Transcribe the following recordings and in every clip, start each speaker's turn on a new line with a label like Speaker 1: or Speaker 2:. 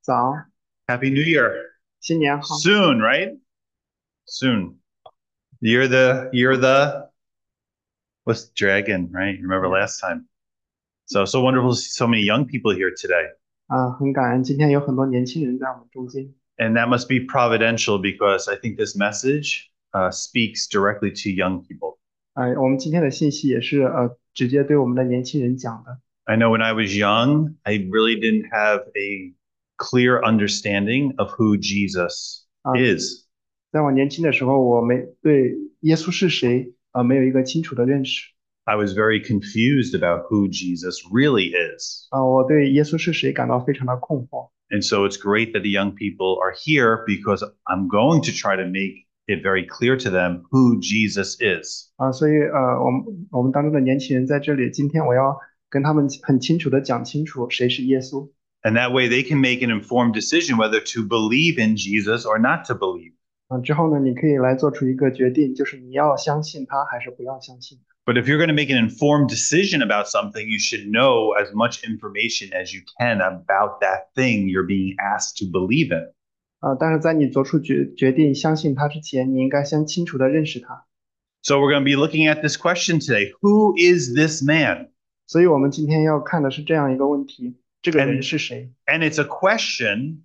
Speaker 1: 早，
Speaker 2: Happy New Year.
Speaker 1: 新年好。
Speaker 2: Soon, right? Soon. You're the you're the what's dragon, right? Remember last time. So so wonderful to see so many young people here today.
Speaker 1: 啊、很感恩今天有很多年轻人在我们中间，
Speaker 2: And that must be providential because I think this message uh, speaks directly to young people.
Speaker 1: 呃，我们今天的信息也是呃直接对我们的年轻人讲的。
Speaker 2: I know when I was young, I really didn't have a clear understanding of who Jesus
Speaker 1: 啊、
Speaker 2: is.
Speaker 1: 在我年轻的时候，我没对耶稣是谁呃没有一个清楚的认识
Speaker 2: I was very confused about who Jesus really is.
Speaker 1: 啊、我对耶稣是谁感到非常的困惑
Speaker 2: And so it's great that the young people are here because I'm going to try to make it very clear to them who Jesus is.
Speaker 1: 啊、所以呃我们我们当中的年轻人在这里，今天我要跟他们很清楚的讲清楚谁是耶稣
Speaker 2: And that way they can make an informed decision whether to believe in Jesus or not to believe.
Speaker 1: 啊、之后呢，你可以来做出一个决定，就是你要相信他还是不要相信。
Speaker 2: But if you're going to make an informed decision about something, you should know as much information as you can about that thing you're being asked to believe in.
Speaker 1: 呃，但是在你做出决决定相信他之前，你应该先清楚的认识他。
Speaker 2: So we're going to be looking at this question today Who is this man?
Speaker 1: 所以我们今天要看的是这样一个问题：这个人是谁？
Speaker 2: And it's a question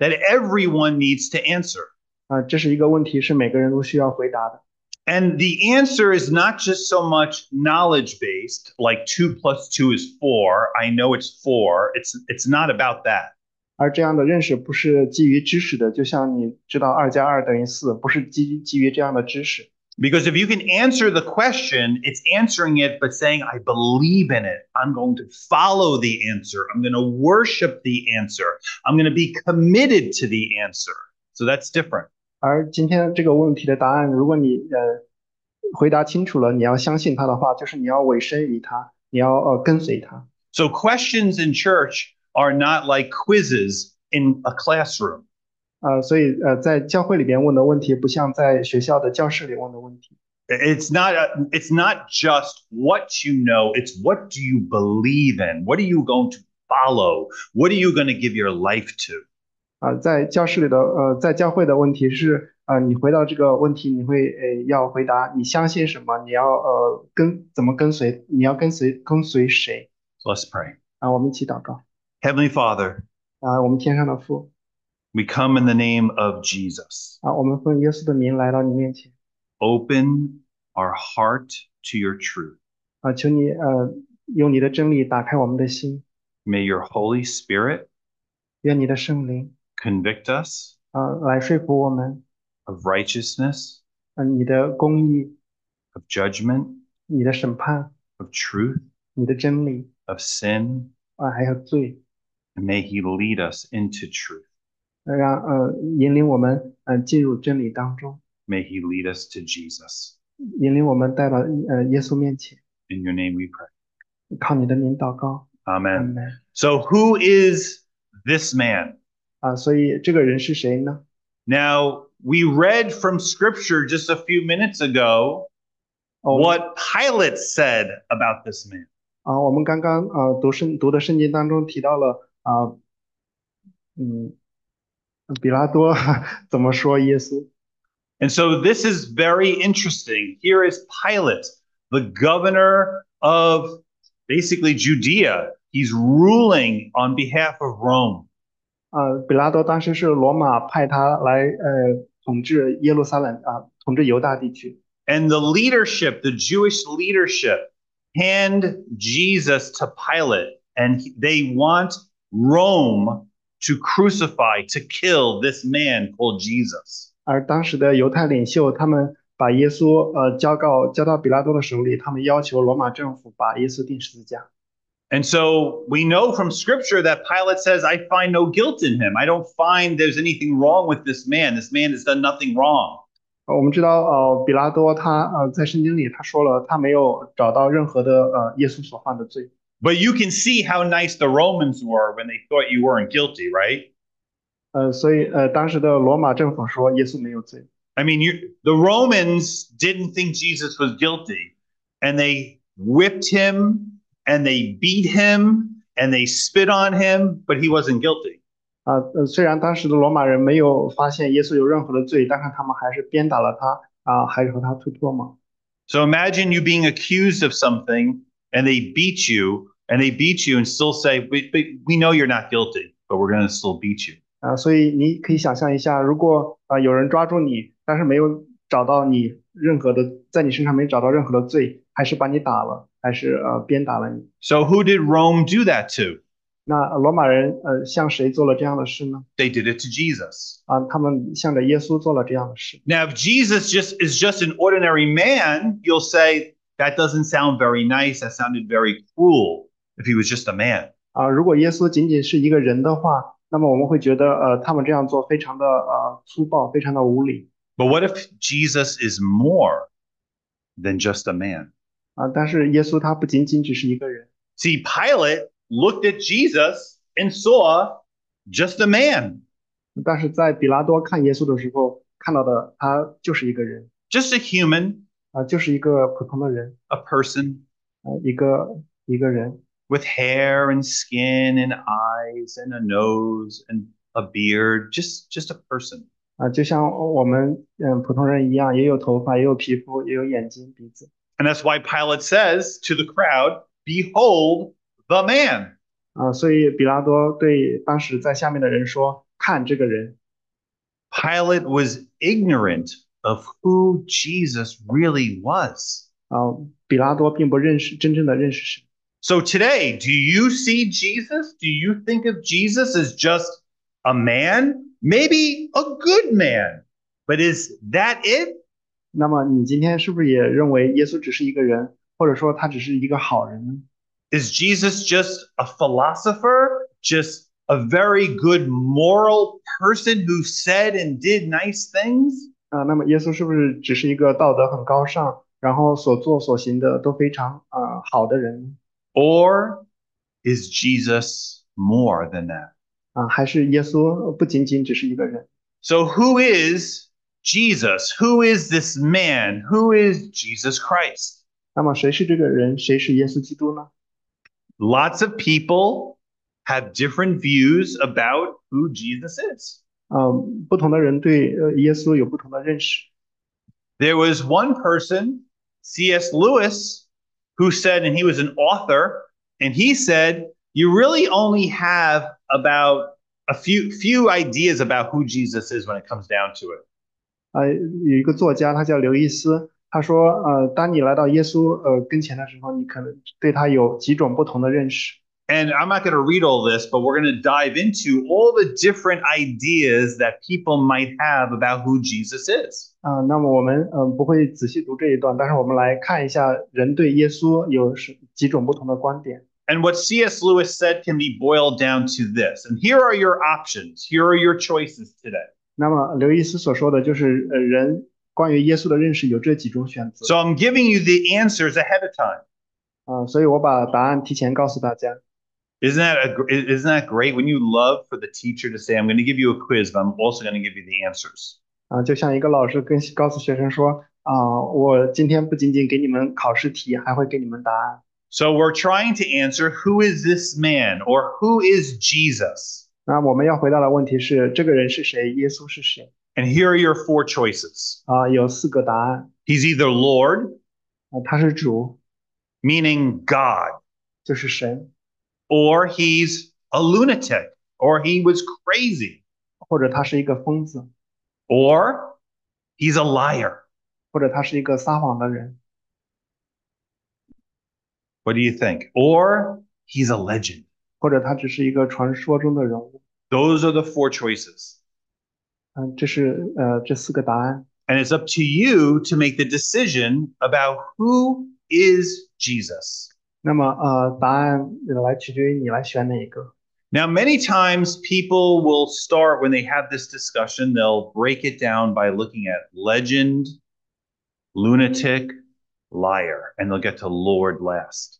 Speaker 2: that everyone needs to answer.
Speaker 1: 啊、这是一个问题，是每个人都需要回答的。
Speaker 2: And the answer is not just so much knowledge based, like two plus two is four. I know it's four. It's it's not about that.
Speaker 1: 而这样的认识不是基于知识的，就像你知道二加二等于四，不是基于基于这样的知识。
Speaker 2: Because if you can answer the question, it's answering it, but saying, I believe in it. I'm going to follow the answer. I'm going to worship the answer. I'm going to be committed to the answer. So that's different.
Speaker 1: 而今天这个问题的答案，如果你呃回答清楚了，你要相信他的话，就是你要委身于他，你要呃跟随他。
Speaker 2: So questions in church are not like quizzes in a classroom.
Speaker 1: 呃，所以呃，在教会里边问的问题，不像在学校的教室里问的问题。
Speaker 2: it's not a, it's not just what you know it's what do you believe in what are you going to follow what are you going to give your life to
Speaker 1: 啊、在教室里的呃，在教会的问题是，呃，你回到这个问题，你会呃要回答你相信什么，你要呃跟怎么跟随，你要跟随跟随谁
Speaker 2: So let's pray
Speaker 1: 啊？我们一起祷告
Speaker 2: heavenly father
Speaker 1: 啊，我们天上的父
Speaker 2: we come in the name of jesus
Speaker 1: 啊，我们奉耶稣的名来到你面前
Speaker 2: open our heart to your truth
Speaker 1: 啊，求你呃用你的真理打开我们的心，
Speaker 2: may your holy spirit
Speaker 1: 愿你的圣灵
Speaker 2: convict us
Speaker 1: 啊来说服我们，
Speaker 2: of righteousness
Speaker 1: 嗯、你的公义、
Speaker 2: of judgment
Speaker 1: 你的审判、
Speaker 2: of truth
Speaker 1: 你的真理
Speaker 2: of sin
Speaker 1: 啊，还有罪，
Speaker 2: and may he lead us into truth
Speaker 1: 让呃引领我们嗯、呃进入真理当中。
Speaker 2: may he lead us to jesus
Speaker 1: 引领我们带到呃耶稣面前，
Speaker 2: in your name we pray
Speaker 1: 靠你的名祷告，阿
Speaker 2: Amen.
Speaker 1: 门。
Speaker 2: So, who is this man?
Speaker 1: 啊，所以这个人是谁呢？
Speaker 2: Now, we read from scripture just a few minutes ago
Speaker 1: 哦，我
Speaker 2: what Pilate said about this man.
Speaker 1: 啊，我们刚刚啊读圣读的圣经当中提到了啊，嗯，比拉多怎么说耶稣
Speaker 2: And so, this is very interesting. Here is Pilate, the governor of basically Judea. He's ruling on behalf of Rome.
Speaker 1: 啊？比拉多当时是罗马派他来呃统治耶路撒冷啊，统治犹大地区
Speaker 2: And the leadership, the Jewish leadership, hand Jesus to Pilate, and he- they want Rome to crucify, to kill this man called Jesus.
Speaker 1: 而当时的犹太领袖他们把耶稣呃交告交到比拉多的手里，他们要求罗马政府把耶稣钉十字架。
Speaker 2: And so we know from scripture that Pilate says, I find no guilt in him. I don't find there's anything wrong with this man. This man has done nothing wrong.
Speaker 1: 呃我们知道，呃，比拉多他呃在圣经里他说了，他没有找到任何的呃耶稣所犯的罪
Speaker 2: But you can see how nice the Romans were when they thought you weren't guilty, right?
Speaker 1: 呃，所以呃当时的罗马政府说耶稣没有罪
Speaker 2: I mean, you, the Romans didn't think Jesus was guilty, and they whipped him, and they beat him, and they spit on him, but he wasn't guilty.
Speaker 1: 啊、呃，虽然当时的罗马人没有发现耶稣有任何的罪，但是他们还是鞭打了他啊、还是和他推脱嘛。
Speaker 2: So imagine you being accused of something and they beat you and they beat you and still say, we, we, we know you're not guilty, but we're going to still beat you.
Speaker 1: 啊、所以你可以想象一下，如果啊、有人抓住你，但是没有找到你任何的，在你身上没找到任何的罪，还是把你打了，还是呃鞭打了你。
Speaker 2: So who did Rome do that to?
Speaker 1: 那罗马人呃向谁做了这样的事呢？
Speaker 2: They did it to Jesus.
Speaker 1: 啊、他们向着耶稣做了这样的事。
Speaker 2: Now, if Jesus just is just an ordinary man, you'll say that doesn't sound very nice. That sounded very cruel if he was just a man.
Speaker 1: 啊、如果耶稣仅仅是一个人的话，那么我们会觉得呃他们这样做非常的呃粗暴，非常的无理
Speaker 2: But what if Jesus is more than just a man?
Speaker 1: 啊、但是耶稣他不仅仅只是一个人
Speaker 2: See, Pilate looked at Jesus and saw just a man,
Speaker 1: 但是在比拉多看耶稣的时候，看到的他就是一个人
Speaker 2: just a human,
Speaker 1: 啊、就是一个普通的人
Speaker 2: a person
Speaker 1: 啊、一个一个人
Speaker 2: with hair and skin and eyes and a nose and a beard, just just a person.
Speaker 1: 啊、就像我们嗯普通人一样，也有头发，也有皮肤，也有眼睛、鼻子
Speaker 2: And that's why Pilate says to the crowd, "Behold the man."
Speaker 1: 啊、所以比拉多对当时在下面的人说：“看这个人。
Speaker 2: Pilate was ignorant of who Jesus really was. ”
Speaker 1: 啊，比拉多并不认识真正的认识神。
Speaker 2: So today, do you see Jesus? Do you think of Jesus as just a man? Maybe a good man. But is that it?
Speaker 1: 那么你今天是不是也认为耶稣只是一个人，或者说他只是一个好人呢？
Speaker 2: Is Jesus just a philosopher? Just a very good moral person who said and did nice things?
Speaker 1: 啊，那么耶稣是不是只是一个道德很高尚，然后所做所行的都非常啊、呃好的人呢？
Speaker 2: Or is Jesus more than that?
Speaker 1: 啊，还是耶稣不仅仅只是一个人？
Speaker 2: So who is Jesus? Who is this man? Who is Jesus Christ?
Speaker 1: 那么谁是这个人？谁是耶稣基督呢？
Speaker 2: lots of people have different views about who Jesus is.
Speaker 1: 嗯，不同的人对呃耶稣有不同的认识。
Speaker 2: There was one person, C.S. Lewis, who said, and he was an author, and he said, you really only have about a few few ideas about who Jesus is when it comes down to it.
Speaker 1: 呃，有一个作家，他叫刘易斯，他说，呃，当你来到耶稣呃跟前的时候，你可能对他有几种不同的认识。
Speaker 2: And I'm not going to read all this, but we're going to dive into all the different ideas that people might have about who Jesus is.
Speaker 1: 啊、那么我们嗯、呃不会仔细读这一段，但是我们来看一下人对耶稣有是几种不同的观点。
Speaker 2: And what C.S. Lewis said can be boiled down to this. And here are your options. Here are your choices today.
Speaker 1: 那么刘易斯所说的就是呃人关于耶稣的认识有这几种选择
Speaker 2: So I'm giving you the answers ahead of time.
Speaker 1: 啊、所以我把答案提前告诉大家
Speaker 2: Isn't that a, gr- isn't that great? When you love for the teacher to say, "I'm going to give you a quiz, but I'm also going to give you the answers."
Speaker 1: 啊、就像一个老师跟告诉学生说啊、我今天不仅仅给你们考试题，还会给你们答案。
Speaker 2: So we're trying to answer who is this man or who is Jesus?
Speaker 1: 那我们要回答的问题是这个人是谁？耶稣是谁？
Speaker 2: And here are your four choices.
Speaker 1: 啊、有四个答案
Speaker 2: He's either Lord,
Speaker 1: 啊、他是主，
Speaker 2: meaning God,
Speaker 1: 就是神，
Speaker 2: or he's a lunatic, or he was crazy,
Speaker 1: 或者他是一个疯子，
Speaker 2: or he's a liar.
Speaker 1: 或者他是一个撒谎的人。
Speaker 2: What do you think? Or he's a legend.
Speaker 1: 或者他只是一个传说中的人物。
Speaker 2: Those are the four choices.
Speaker 1: 嗯，这是呃这四个答案
Speaker 2: And it's up to you to make the decision about who is Jesus.
Speaker 1: 那么呃答案呃来取决于你来选哪一个。
Speaker 2: Now, many times people will start when they have this discussion, they'll break it down by looking at legend, lunatic, liar, and they'll get to Lord last.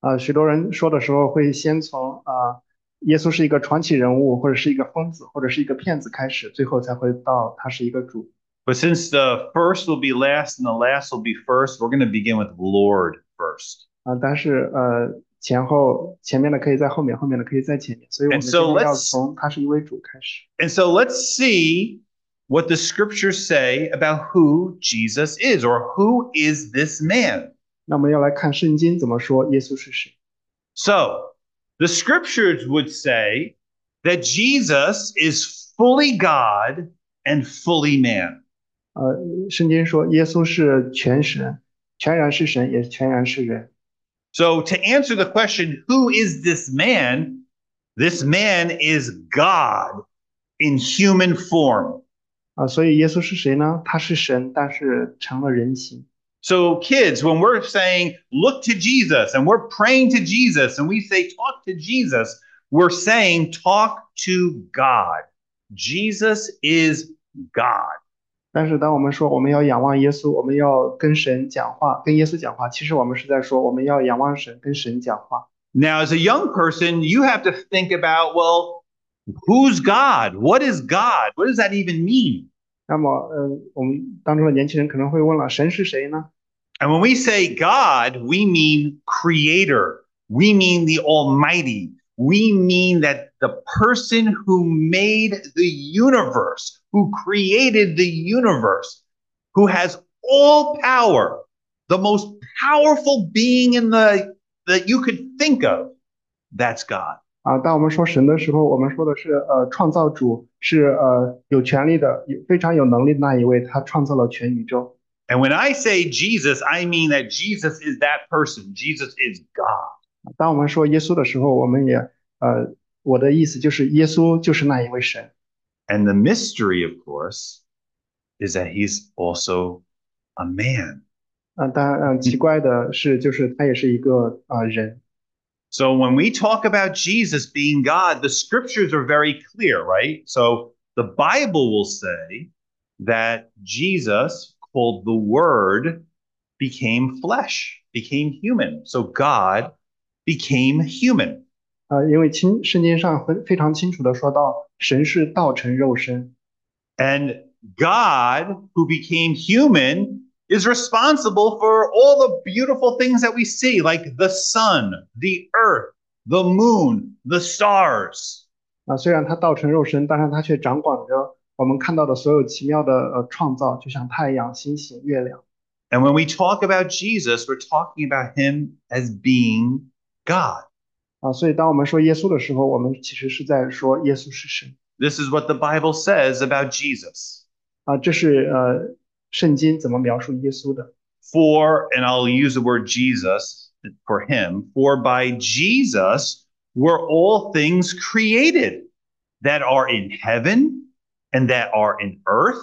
Speaker 1: 呃，许多人说的时候会先从呃耶稣是一个传奇人物，或者是一个疯子，或者是一个骗子开始，最后才会到他是一个主。
Speaker 2: But since the first will be last and the last will be first, we're going to begin with Lord first.
Speaker 1: 啊、但是呃前后前面的可以在后面，后面的可以在前面，所以我们
Speaker 2: And 哎 so
Speaker 1: 今天要
Speaker 2: let's-
Speaker 1: 从他是一位主开始。
Speaker 2: And so let's see what the scriptures say about who Jesus is or who is this man.
Speaker 1: 那我们要来看圣经怎么说耶稣是谁。
Speaker 2: So the scriptures would say that Jesus is fully God and fully man.
Speaker 1: 呃，圣经说耶稣是全神，全然是神，也全然是人。
Speaker 2: So to answer the question, who is this man? This man is God in human form.
Speaker 1: 啊、所以耶稣是谁呢？他是神，但是成了人形。
Speaker 2: So, kids, when we're saying, look to Jesus, and we're praying to Jesus, and we say, talk to Jesus, we're saying, talk to God. Jesus is God.
Speaker 1: 但是当我们说我们要仰望耶稣，我们要跟神讲话，跟耶稣讲话，其实我们是在说我们要仰望神，跟神讲话。
Speaker 2: Now, as a young person, you have to think about, well, who's God? What is God? What does that even mean?
Speaker 1: 那么，呃，我们当中的年轻人可能会问了，神是谁呢？
Speaker 2: And when we say God, we mean creator, we mean the almighty, we mean that the person who made the universe, who created the universe, who has all power, the most powerful being in the that you could think of, that's God.
Speaker 1: 啊，当我们说神的时候，我们说的是呃，创造主是呃有权利的，有非常有能力的那一位，他创造了全宇宙。
Speaker 2: And when I say Jesus, I mean that Jesus is that person. Jesus is God.
Speaker 1: 当我们说耶稣的时候，我们也呃，我的意思就是耶稣就是那一位神。
Speaker 2: And the mystery, of course, is that he's also a man.
Speaker 1: 啊，当然，嗯，奇怪的是，就是他也是一个啊、呃人。
Speaker 2: So when we talk about Jesus being God, the scriptures are very clear, right? So the Bible will say that Jesus, called the Word, became flesh, became human. So God became human.
Speaker 1: 呃，因为清圣经上很非常清楚的说到，神是道成肉身。
Speaker 2: And God, who became human, is responsible for all the beautiful things that we see, like the sun, the earth, the moon, the stars.
Speaker 1: 啊，虽然他道成肉身，但是他却掌管着我们看到的所有奇妙的呃创造，就像太阳、星星、月亮。
Speaker 2: And when we talk about Jesus, we're talking about him as being God.
Speaker 1: 啊，所以当我们说耶稣的时候，我们其实是在说耶稣是神
Speaker 2: This is what the Bible says about Jesus.
Speaker 1: 啊，这是呃圣经怎么描述耶稣的
Speaker 2: For, and I'll use the word Jesus for him, for by Jesus were all things created that are in heaven and that are in earth,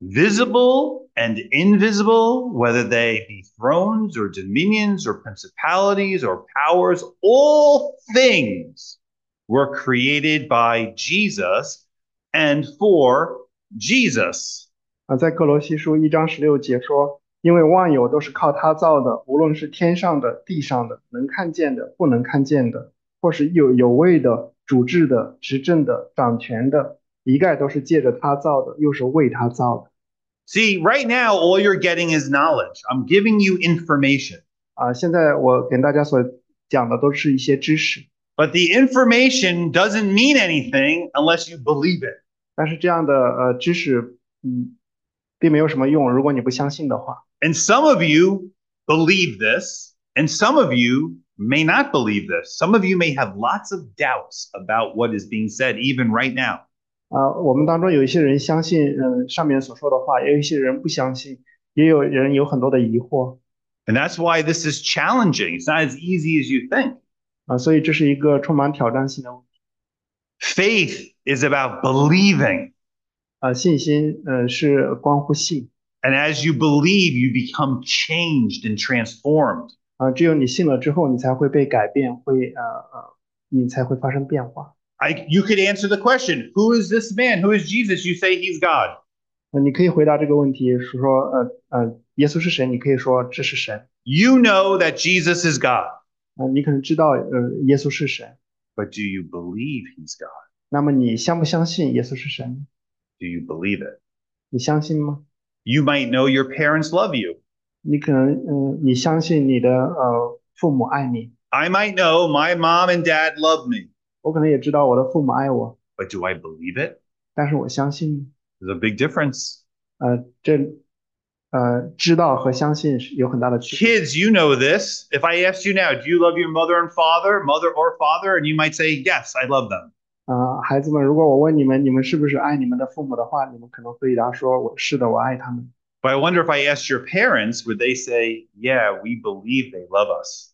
Speaker 2: visible and invisible, whether they be thrones or dominions or principalities or powers, all things were created by Jesus and for Jesus.
Speaker 1: 啊，在哥罗西书一章十六节说，因为万有都是靠他造的，无论是天上的、地上的，能看见的、不能看见的，或是有有位的、主治的、执政的、掌权的，一概都是借着他造的，又是为他造的。
Speaker 2: See, right now, all you're getting is knowledge. I'm giving you information,
Speaker 1: 啊，现在我给大家所讲的都是一些知识，
Speaker 2: but the information doesn't mean anything unless you believe it.
Speaker 1: 但是这样的呃知识，嗯，并没有什么用，如果你不相信的话。
Speaker 2: And some of you believe this, and some of you may not believe this. Some of you may have lots of doubts about what is being said, even right now.
Speaker 1: 啊，我们当中有一些人相信，嗯，上面所说的话，也有一些人不相信，也有人有很多的疑惑
Speaker 2: And that's why this is challenging. It's not as easy as you think.
Speaker 1: 啊，所以这是一个充满挑战性的问题
Speaker 2: Faith is about believing.
Speaker 1: 啊，信心，嗯，是关乎信
Speaker 2: And as you believe, you become changed and transformed.
Speaker 1: 啊，只有你信了之后，你才会被改变，会呃呃，你才会发生变化。
Speaker 2: I, you could answer the question, who is this man? Who is Jesus? You say he's God.
Speaker 1: 呃你可以回答这个问题，是说，呃呃，耶稣是神，你可以说这是神，
Speaker 2: You know that Jesus is God,
Speaker 1: 呃，你可能知道，呃，耶稣是神，
Speaker 2: but do you believe he's God?
Speaker 1: 那么你相不相信耶稣是神？
Speaker 2: Do you believe it?
Speaker 1: 你相信吗？
Speaker 2: You might know your parents love you.
Speaker 1: 你可能，嗯，你相信你的呃父母爱你。
Speaker 2: I might know my mom and dad love me,
Speaker 1: 我可能也知道我的父母爱我，
Speaker 2: but do I believe it?
Speaker 1: 但是我相信，
Speaker 2: There's a big difference.
Speaker 1: 呃，这，呃，知道和相信是有很大的区别。
Speaker 2: Kids, you know this. If I asked you now, do you love your mother and father, mother or father? And you might say, yes, I love them.
Speaker 1: 啊、孩子们，如果我问你们，你们是不是爱你们的父母的话，你们可能回答说：“我是的，我爱他们。
Speaker 2: But I wonder if I asked your parents, would they say, yeah, we believe they love us? ”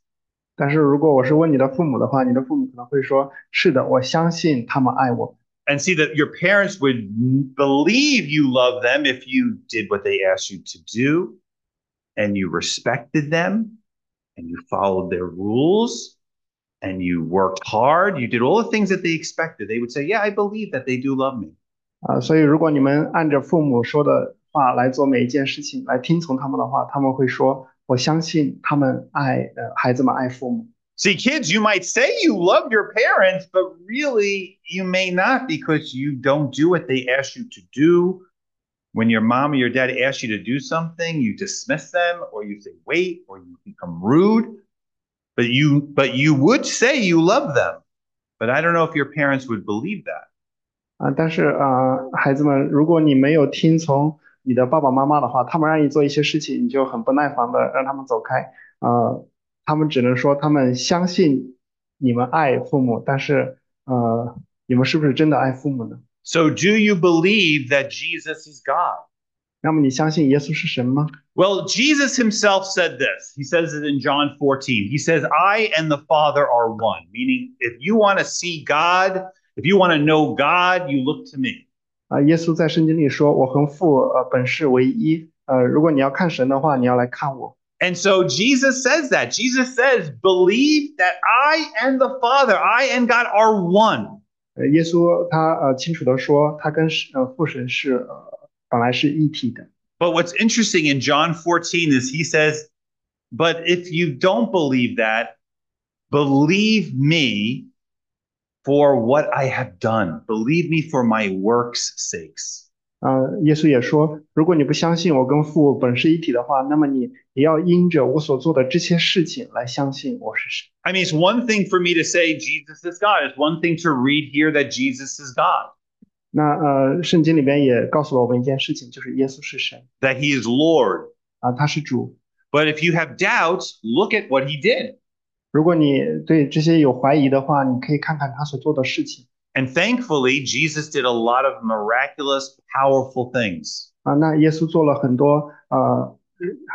Speaker 1: 但是如果我是问你的父母的话，你的父母可能会说：“是的，我相信他们爱我。
Speaker 2: And see that your parents would n- believe you love them if you did what they asked you to do and you respected them and you followed their rules and you worked hard. You did all the things that they expected. They would say, yeah, I believe that they do love me.
Speaker 1: 啊，所以如果你们按着父母说的话来做每一件事情，来听从他们的话，他们会说：“我相信他们爱，呃，孩子们爱父母。
Speaker 2: See, kids, you might say you love your parents, but really you may not because you don't do what they ask you to do. When your mom or your dad asks you to do something, you dismiss them or you say wait or you become rude. But you but you would say you love them. But I don't know if your parents would believe that. ”
Speaker 1: 啊，但是啊，孩子们，如果你没有听从你的爸爸妈妈的话，他们让你做一些事情，你就很不耐烦的让他们走开。啊，他们只能说他们相信你们爱父母，但是呃，你们是不是真的爱父母呢？
Speaker 2: So do you believe that Jesus is God?
Speaker 1: 那么你相信耶稣是神吗？
Speaker 2: Well, Jesus himself said this. He says it in John 14. He says, I and the Father are one, meaning if you want to see God, if you want to know God, you look to me.
Speaker 1: 啊，耶稣在圣经里说：“我和父呃本是为一。”呃，如果你要看神的话，你要来看我。
Speaker 2: And so Jesus says that. Jesus says, believe that I and the Father, I and God are one.
Speaker 1: 呃，耶稣他呃清楚的说，他跟神呃父神是呃本来是一体的。
Speaker 2: But what's interesting in John 14 is he says, but if you don't believe that, believe me for what I have done. Believe me for my works' sakes.
Speaker 1: 呃，耶稣也说，如果你不相信我跟父本是一体的话，那么你也要因着我所做的这些事情来相信我是神。
Speaker 2: I mean, it's one thing for me to say Jesus is God. It's one thing to read here that Jesus is God,
Speaker 1: 那呃，圣经里边也告诉了我们一件事情，就是耶稣是神
Speaker 2: that he is Lord.
Speaker 1: 啊，他是主。
Speaker 2: But if you have doubts, look at what he did.
Speaker 1: 如果你对这些有怀疑的话，你可以看看他所做的事情
Speaker 2: And thankfully, Jesus did a lot of miraculous, powerful things.
Speaker 1: 啊。那耶稣做了很多呃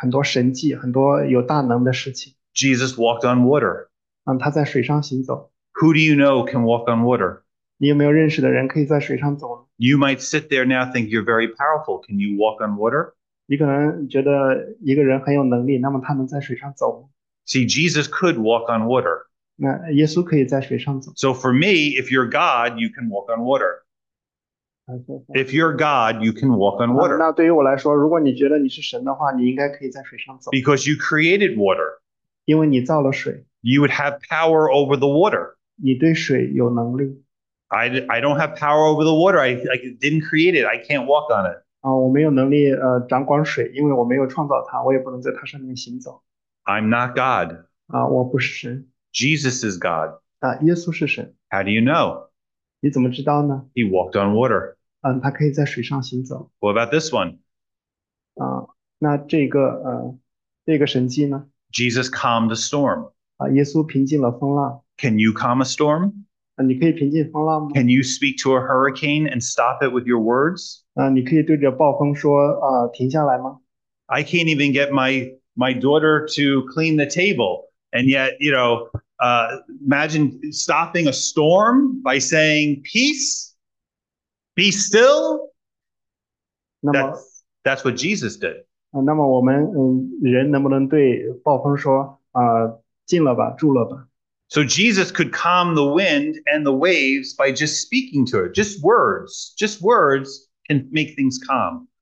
Speaker 1: 很多神迹，很多有大能的事情
Speaker 2: Jesus walked on water.
Speaker 1: 啊。他在水上行走，
Speaker 2: Who do you know can walk on water?
Speaker 1: 你有没有认识的人可以在水上走呢？
Speaker 2: You might sit there now think you're very powerful. Can you walk on water?
Speaker 1: 你可能觉得一个人很有能力，那么他能在水上走吗？
Speaker 2: See, Jesus could walk on water.
Speaker 1: 那耶稣可以在水上走。
Speaker 2: So for me, if you're God, you can walk on water.
Speaker 1: 啊对对
Speaker 2: If you're God, you can walk on
Speaker 1: 啊
Speaker 2: water.
Speaker 1: 那对于我来说，如果你觉得你是神的话，你应该可以在水上走，
Speaker 2: because you created water.
Speaker 1: 因为你造了水，
Speaker 2: You would have power over the water.
Speaker 1: 你对水有能力
Speaker 2: I, I don't have power over the water. I, I didn't create it. I can't walk on it.
Speaker 1: 啊。我没有能力呃掌管水，因为我没有创造它，我也不能在它上面行走
Speaker 2: I'm not God.
Speaker 1: 啊。我不是神
Speaker 2: Jesus is God.
Speaker 1: 啊，耶稣是神，
Speaker 2: How do you know?
Speaker 1: 你怎么知道呢？
Speaker 2: He walked on water.
Speaker 1: 嗯、他可以在水上行走
Speaker 2: What about this one?
Speaker 1: 啊。那这个呃这个神迹呢
Speaker 2: Jesus calmed a storm.
Speaker 1: 啊，耶稣平静了风浪
Speaker 2: Can you calm a storm?
Speaker 1: 啊，你可以平静风浪吗？
Speaker 2: Can you speak to a hurricane and stop it with your words?
Speaker 1: 啊，你可以对着暴风说啊，停下来吗？
Speaker 2: I can't even get my my daughter to clean the table, and yet you know, uh, imagine stopping a storm by saying peace, be still.
Speaker 1: 那么。
Speaker 2: That's that's what Jesus did.
Speaker 1: 啊，那么我们嗯，人能不能对暴风说啊，进了吧，住了吧？
Speaker 2: So Jesus could calm the wind and the waves by just speaking to it. Just words, just words can make things calm.